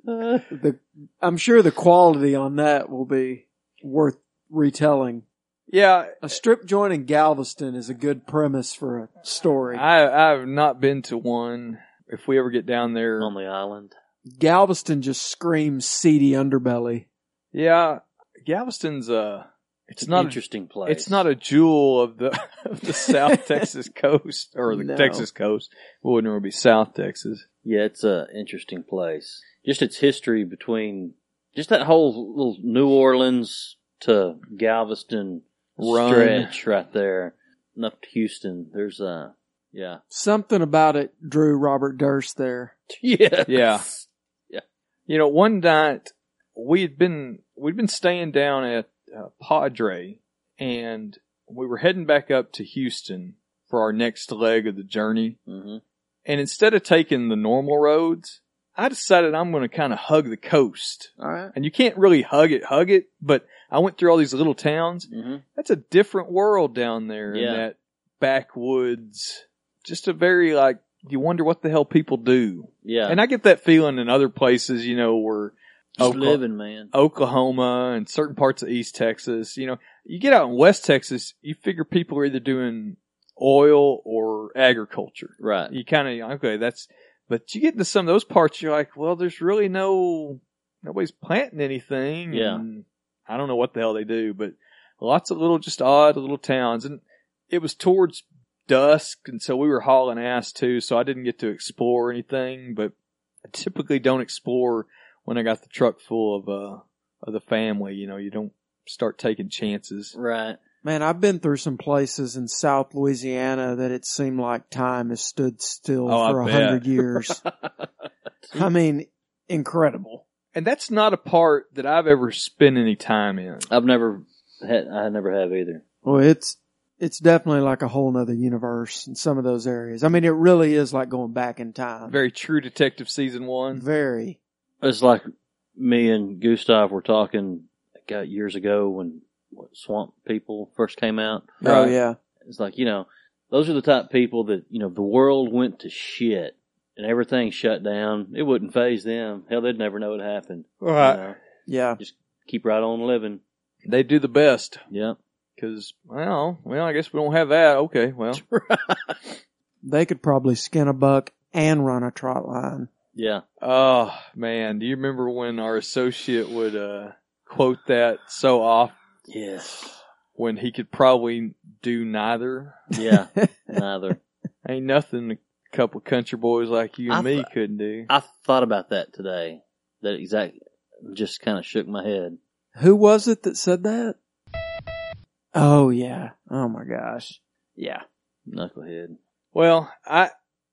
the, I'm sure the quality on that will be worth retelling.
yeah,
A strip joint in Galveston is a good premise for a story.
I I've not been to one. If we ever get down there,
on the island.
Galveston just screams seedy underbelly.
yeah, Galveston's uh, it's
It's
not
an
a,
interesting place.
it's not a jewel of the of the South Texas coast or the
No.
Texas coast. It wouldn't really be South Texas.
Yeah, it's a interesting place. Just its history between Just that whole little New Orleans to Galveston
Run.
stretch right there, and up to Houston. There's uh, yeah,
Something about it drew Robert Durst there.
yeah,
Yeah.
Yeah.
You know, one night we had been we'd been staying down at uh, Padre, and we were heading back up to Houston for our next leg of the journey.
hmm
And instead of taking the normal roads, I decided I'm going to kind of hug the coast.
All right.
And you can't really hug it, hug it, but I went through all these little towns.
hmm
That's a different world down there
Yeah.
in that backwoods. Just a very like you wonder what the hell people do.
yeah.
And I Oh, get that feeling in other places, you know, where
just
Okla-
living, man.
Oklahoma and certain parts of East Texas, you know, you get out in West Texas, you figure people are either doing oil or agriculture.
Right.
You kind of okay, that's. But you get into some of those parts, you're like, well, there's really no nobody's planting anything.
Yeah.
and I don't know what the hell they do, but lots of little just odd little towns, and it was towards dusk, and so we were hauling ass too, so I didn't get to explore anything. But I typically don't explore when I got the truck full of uh of the family. You know, you don't start taking chances.
Right.
Man, I've been through some places in South Louisiana that it seemed like time has stood still
Oh, I
for a
bet.
hundred years. I mean, incredible.
And that's not a part that I've ever spent any time in.
I've never had. I never have either.
Well, it's it's definitely like a whole nother universe in some of those areas. I mean, it really is like going back in time.
Very True Detective season one.
Very.
It's like me and Gustav were talking like, uh, years ago when what, Swamp People first came out.
Oh
Right.
yeah.
It's like you know, those are the type of people that you know the world went to shit and everything shut down. It wouldn't phase them. Hell, they'd never know it happened. you know.
Yeah.
keep right on living.
They do the best
Yeah,
because well, well, I guess we don't have that. Okay, well,
They could probably skin a buck and run a trot line.
yeah.
oh man, do you remember when our associate would uh, quote that so often
Yes.
when he could probably do neither?
Yeah. Neither.
Ain't nothing a couple country boys like you and
I
me
th-
couldn't do.
I thought about that today. That exact just kind of shook my head.
Who was it that said that? Oh yeah. Oh my gosh. Yeah.
Knucklehead.
Well, I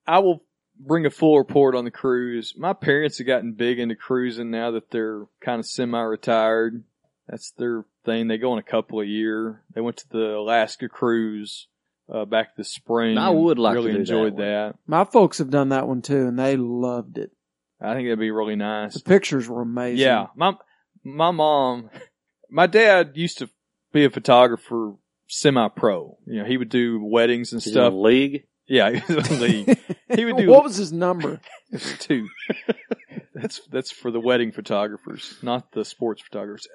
I will bring a full report on the cruise. My parents have gotten big into cruising now that they're kind of semi-retired. That's their thing. They go on a couple a year. They went to the Alaska cruise uh, back this spring.
I would like to
really
do that
enjoyed
one.
that.
My folks have done that one too, and they loved it.
I think that'd be really nice.
The pictures were amazing.
Yeah, my my mom, my dad used to be a photographer, semi-pro. You know, he would do weddings and
Is it
stuff.
a league.
Yeah, he was in the league. He would do
what was his number?
There's two. that's that's for the wedding photographers, not the sports photographers.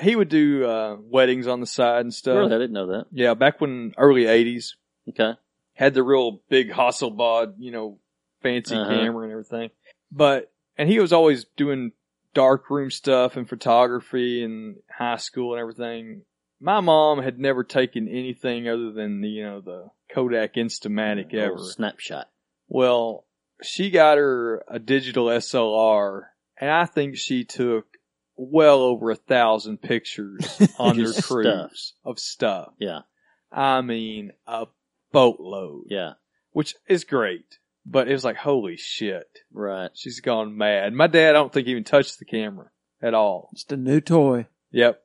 He would do uh, weddings on the side and stuff.
Really, I didn't know that.
Yeah, back when early '80s
Okay.
had the real big Hasselblad, you know, fancy
Uh-huh.
camera and everything. But and he was always doing dark room stuff and photography and high school and everything. My mom had never taken anything other than the, you know the Kodak Instamatic
A
ever.
little snapshot.
Well, she got her a digital SLR, and I think she took well over a thousand pictures on their
Just
cruise of stuff.
Yeah.
I mean, a boatload,
Yeah.
which is great. But it was like, holy shit,
Right.
she's gone mad. My dad, I don't think even touched the camera at all.
Just a new toy.
Yep,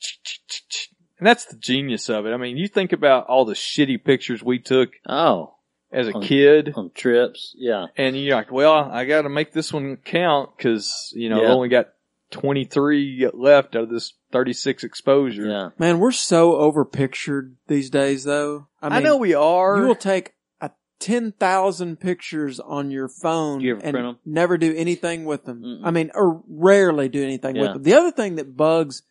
just and that's the genius of it. I mean, you think about all the shitty pictures we took
Oh,
as a
On-
kid.
on trips. Yeah.
and you're like, well, I got to make this one count because you know
Yeah.
I only got 23 left out of this 36 exposure.
Yeah.
Man, we're so over pictured these days, though. I,
I,
mean,
know we are.
you will take a ten thousand pictures on your phone
Do you ever
and
print 'em?
never do anything with them.
Mm-mm.
I mean, or rarely do anything with
Yeah.
them. The other thing that bugs,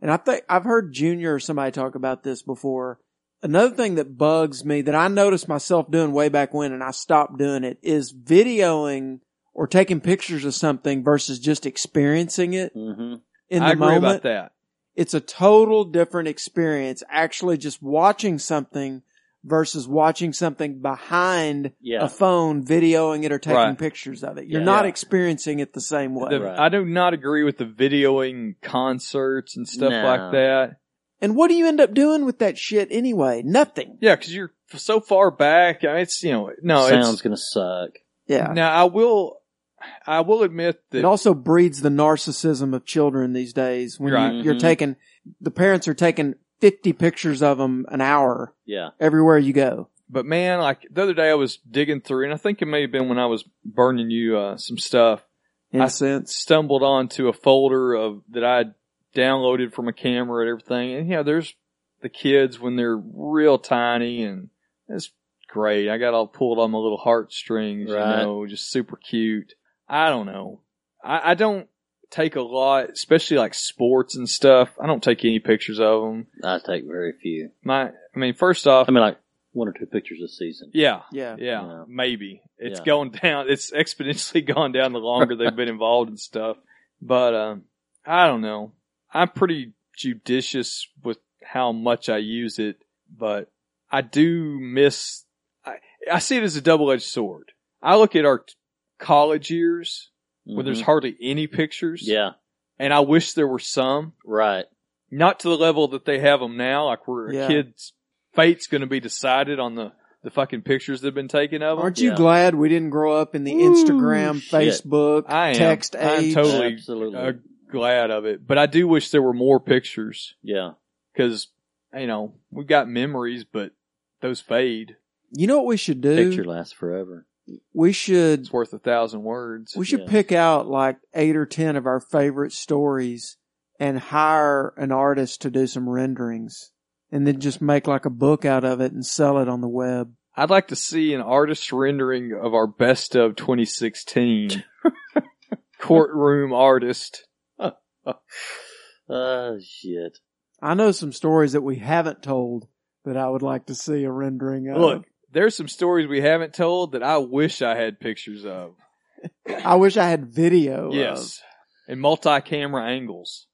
and I think I've heard Junior or somebody talk about this before. Another thing that bugs me that I noticed myself doing way back when, and I stopped doing it, is videoing or taking pictures of something versus just experiencing it
hmm
in the
I agree
moment
about that.
it's a total different experience actually just watching something versus watching something behind
Yeah.
a phone, videoing it or taking
Right.
pictures of it. You're
Yeah.
not
Yeah.
experiencing it the same way.
The- I do not agree with the videoing concerts and stuff
No.
like that.
And what do you end up doing with that shit anyway? Nothing.
Yeah, because you're f- so far back. I mean, it's you know no
sounds
it's,
gonna suck.
Yeah.
Now I will, I will admit that
It also breeds the narcissism of children these days when
Right.
you, you're
Mhm.
taking, the parents are taking 50 pictures of them an hour
Yeah.
everywhere you go.
But man, like the other day, I was digging through, and I think it may have been when I was burning you uh, some stuff.
In
I
a sense.
stumbled onto a folder of that I had downloaded from a camera and everything. And yeah, there's the kids when they're real tiny, and it's great. I got all pulled on my little heartstrings,
Right.
you know, just super cute. I don't know. I, I don't take a lot, especially like sports and stuff. I don't take any pictures of them.
I take very few.
My, I mean, first off,
I mean, like one or two pictures this season.
Yeah.
Yeah.
Yeah. Maybe. It's
Yeah.
going down. It's exponentially gone down the longer they've been involved in stuff. But um, I don't know. I'm pretty judicious with how much I use it, but I do miss. I, I see it as a double edged sword. I look at our t- college years where there's
Mhm.
hardly any pictures.
Yeah.
And I wish there were some.
Right.
Not to the level that they have them now, like where
Yeah.
a kid's fate's going to be decided on the, the fucking pictures that have been taken of them.
Aren't you glad we didn't grow up in the Instagram,
Oh, shit.
Facebook,
I am.
text
I'm
age?
totally uh, glad of it, but I do wish there were more pictures.
Yeah,
because you know we've got memories, but those fade.
You know what we should do?
Picture lasts forever.
We should.
It's worth a thousand words.
We should pick out like eight or ten of our favorite stories and hire an artist to do some renderings, and then just make like a book out of it and sell it on the web.
I'd like to see an artist rendering of our best of 2016 courtroom artist.
Oh shit!
I know some stories that we haven't told that I would like to see a rendering of.
Look, there's some stories we haven't told that I wish I had pictures of.
I wish I had video. of.
yes, and multi-camera angles.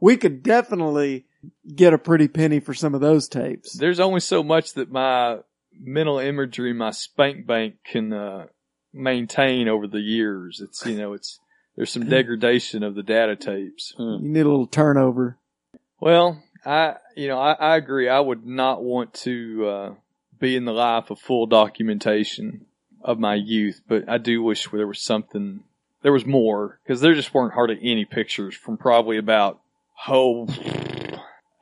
we could definitely get a pretty penny for some of those tapes.
There's only so much that my mental imagery, my spank bank can uh, maintain over the years. It's you know, it's there's some degradation of the data tapes.
Hmm.
You need a little turnover.
Well, I you know I, I agree. I would not want to uh, be in the life of full documentation of my youth, but I do wish there was something. There was more because there just weren't hardly any pictures from probably about oh,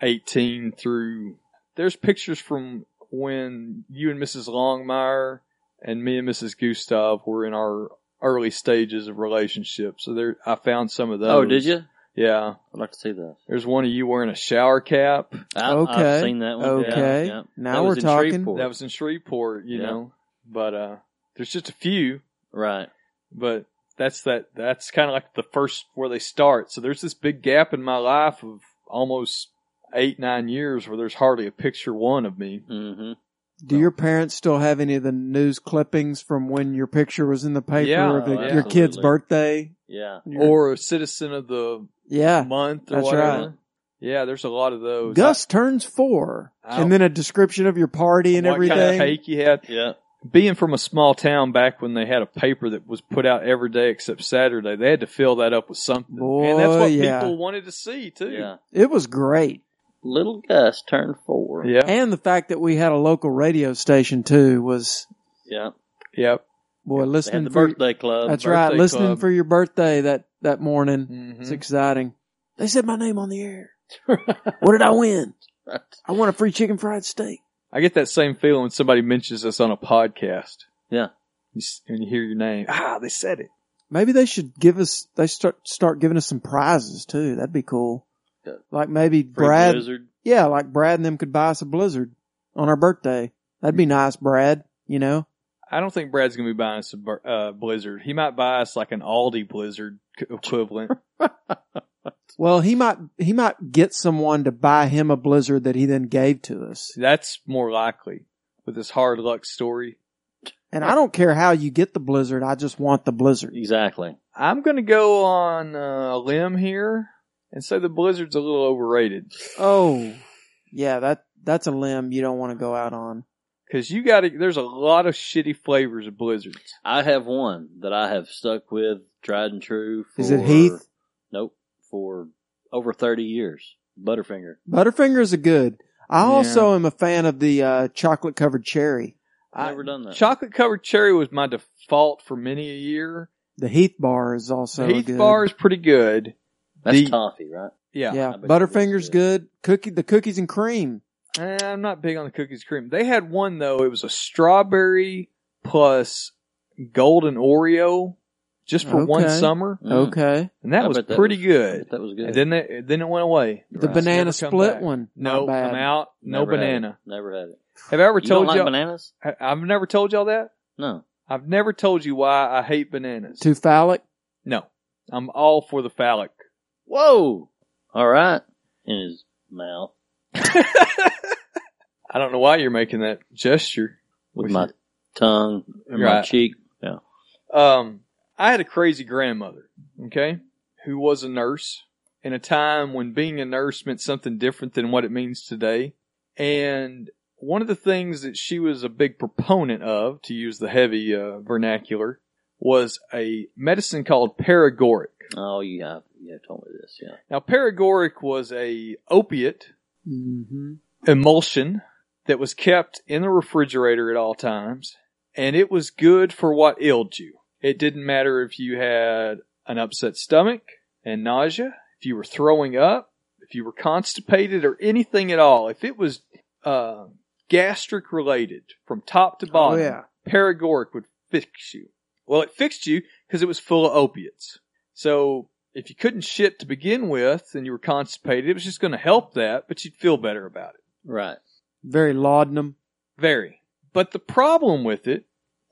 18 through. There's pictures from when you and Mrs. Longmire and me and Mrs. Gustav were in our early stages of relationship. So there, I found some of those.
Oh, did you?
Yeah.
I'd like to see that.
There's one of you wearing a shower cap.
I,
Okay.
I've seen that one.
Okay.
Yeah, yeah.
Now
That was
we're
in
talking.
Shreveport.
That was in Shreveport, you
Yeah.
know. But uh there's just a few.
Right.
But that's that that's kinda like the first where they start. So there's this big gap in my life of almost eight, nine years where there's hardly a picture one of me.
Mm-hmm.
Do your parents still have any of the news clippings from when your picture was in the paper
Yeah,
of the,
oh,
your kid's
absolutely.
birthday?
Yeah.
Or a citizen of the
Yeah,
month or
that's
whatever.
right.
Yeah, there's a lot of those.
Gus turns four,
I
and then a description of your party and
what
everything.
kind of cake you had.
Yeah.
Being from a small town back when they had a paper that was put out every day except Saturday, they had to fill that up with something.
Boy,
and that's what
yeah.
people wanted to see too.
Yeah.
It was great,
Little Gus turned four.
Yeah.
and the fact that we had a local radio station too was
Yeah.
Yep.
boy
They had
listening
the
for
birthday club.
that's right
birthday
listening
club.
for your birthday that that morning. It's
Mm-hmm.
exciting. They said my name on the air. what did I win? I won a free chicken fried steak.
I get that same feeling when somebody mentions us on a podcast.
Yeah.
You s- When you hear your name, ah, they said it.
Maybe they should give us. They start start giving us some prizes too. That'd be cool.
Yeah.
Like maybe
Free
Brad.
Blizzard.
Yeah, like Brad and them could buy us a blizzard on our birthday. That'd be nice, Brad. You know,
I don't think Brad's going to be buying us a bur- uh, Blizzard. He might buy us like an Aldi Blizzard c- equivalent.
well he might he might get someone to buy him a blizzard that he then gave to us.
That's more likely with this hard luck story.
And I don't care how you get the blizzard. I just want the blizzard.
Exactly.
I'm going to go on uh, a limb here and say the Blizzard's a little overrated.
Oh, yeah that that's a limb you don't want to go out on.
Because you got to, there's a lot of shitty flavors of blizzards.
I have one that I have stuck with, tried and true. For,
Is it Heath?
Nope. For over 30 years. Butterfinger.
Butterfingers are good. I also am a fan of the uh, chocolate covered cherry,
I've never done that.
Chocolate covered cherry was my default for many a year.
the Heath bar is also
The Heath
good.
bar is pretty good.
That's
the-
toffee, right?
Yeah.
yeah,
bet you
Butterfingers
that's
good. Cookie, the cookies and cream.
Eh, I'm not big on the cookies and cream. They had one though. It was a strawberry plus golden Oreo just for one
Okay.
summer,
Mm.
Okay,
and that
I
was
bet that
pretty
was- I
good.
bet That was good.
And then it, then it went away.
the
Right.
banana
Never come
split
back.
one. not
No,
bad.
I'm out. No
Never had it.
banana.
Never had it.
Have I ever
You
told
don't like
y'all?
bananas?
I- I've never told y'all that.
No.
I've never told you why I hate bananas.
Too phallic.
No, I'm all for the phallic.
Whoa! All right. In his mouth.
I don't know why you're making that gesture.
With
With
my tongue and my
Right.
cheek.
Um, I had a crazy grandmother, okay, who was a nurse in a time when being a nurse meant something different than what it means today. And one of the things that she was a big proponent of, to use the heavy uh, vernacular, was a medicine called paregoric.
Oh, you have, you have told me this, yeah.
Now, paregoric was a opiate
Mm-hmm.
emulsion that was kept in the refrigerator at all times, and it was good for what ailed you. It didn't matter if you had an upset stomach and nausea, if you were throwing up, if you were constipated, or anything at all. If it was uh, gastric related from top to
Oh
bottom,
yeah,
paregoric would fix you. Well, it fixed you because it was full of opiates. So if you couldn't shit to begin with and you were constipated, it was just going to help that, but you'd feel better about it.
Right.
very laudanum.
Very. But the problem with it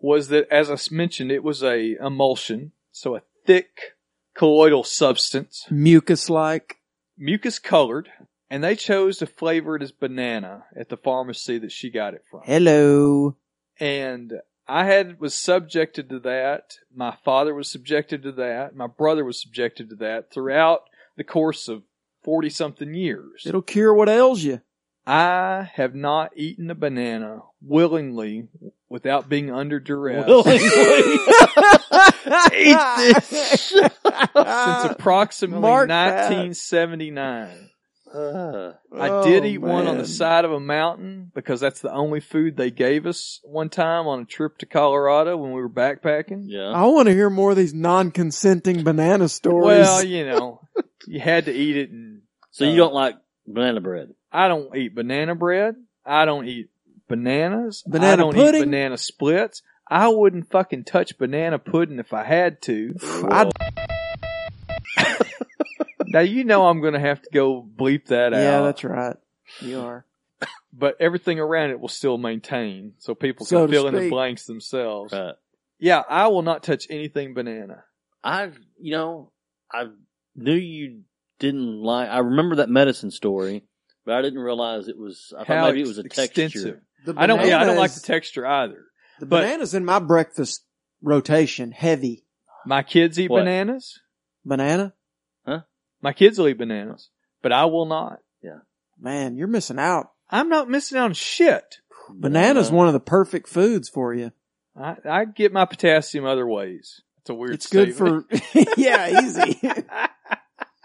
was that, as I s- mentioned, it was a emulsion, so a thick colloidal substance,
mucus like.
mucus colored, and they chose to flavor it as banana at the pharmacy that she got it from.
Hello.
And I had was subjected to that. My father was subjected to that. My brother was subjected to that throughout the course of forty something years.
It'll cure what ails you.
I have not eaten a banana willingly without being under duress
Eat this!
since approximately
Ah, Mark that.
1979.
Uh,
I did eat
Oh,
one on the
man.
side of a mountain because that's the only food they gave us one time on a trip to Colorado when we were backpacking.
yeah.
I want to hear more of these non-consenting banana stories.
Well, you know, you had to eat it, and
So you don't like banana bread?
I don't eat banana bread. I don't eat bananas. I
Banana
don't
pudding?
eat banana splits. I wouldn't fucking touch banana pudding if I had to.
I-
now you know I'm going to have to go bleep that out.
yeah, that's right. You are.
but everything around it will still maintain so people
So
can
to
fill in the
speak.
blanks themselves.
Right.
Yeah, I will not touch anything banana.
I, you know, I knew you didn't like. I remember that medicine story, but I didn't realize it was. I
How
thought maybe it
ex-
was a
extensive.
texture.
The
I don't yeah, I don't like the
bananas-
texture either.
the
but-
bananas in my breakfast rotation. Heavy
My kids eat
What?
bananas.
banana.
My kids will eat bananas, but I will not.
Man, you're missing out.
I'm not missing out on shit.
Banana's
Uh-huh.
Banana.
one of the perfect foods for you.
I, I get my potassium other ways. It's a weird
It's good for yeah, easy.
for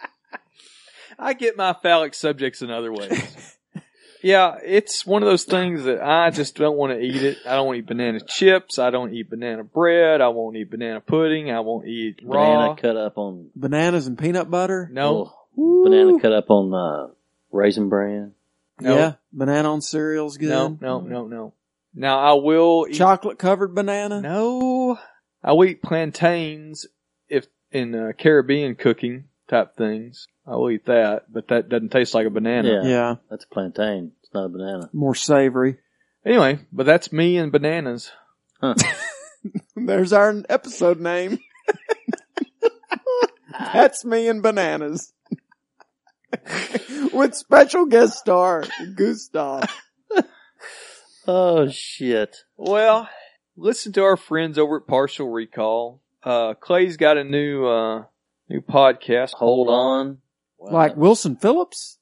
I get my phallic subjects in other ways. Yeah, it's one of those things that I just don't want to eat it. I don't want to eat banana chips. I don't eat banana bread. I won't eat banana pudding. I won't eat raw.
Banana cut up on.
Bananas and peanut butter.
no,
oh, banana cut up on uh, raisin bran.
no,
Yeah, banana on cereal's good.
no, no, no, no. Now I will eat.
Chocolate covered banana.
No, I will eat plantains if in uh, Caribbean cooking type things. I will eat that, but that doesn't taste like a banana.
Yeah.
Yeah,
That's a plantain. It's not a banana.
more savory.
Anyway, but that's me and bananas.
There's our episode name. That's me and bananas. With special guest star Gustav.
Oh shit!
Well, listen to our friends over at Partial Recall. Uh, Clay's got a new uh, new podcast.
Hold on.
Like Wilson Phillips?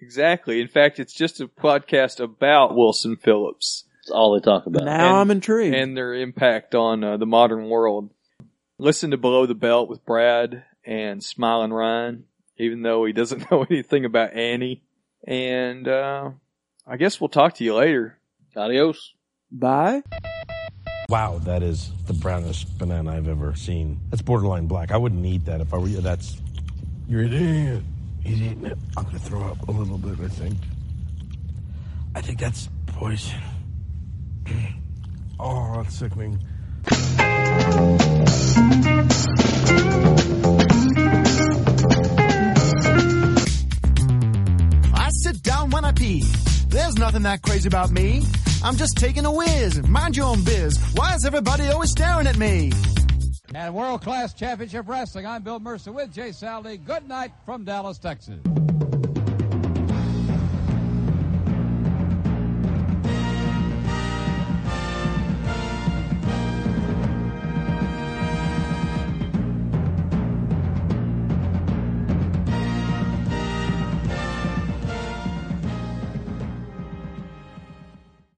Exactly. In fact, it's just a podcast about Wilson Phillips.
That's all they talk about.
Now
And-
I'm intrigued.
and their impact on uh, the modern world. Listen to Below the Belt with Brad and Smiling Ryan, even though he doesn't know anything about Annie. And uh, I guess we'll talk to you later.
Adios.
Bye.
Wow, that is the brownest banana I've ever seen. That's borderline black. I wouldn't eat that if I were you. That's you're an idiot. He's eating it. I'm gonna throw up a little bit. I think. I think that's poison. oh, that's sickening.
I sit down when I pee. There's nothing that crazy about me. I'm just taking a whiz. Mind your own biz. Why is everybody always staring at me?
And World Class Championship Wrestling, I'm Bill Mercer with Jay Sally. Good night from Dallas, Texas.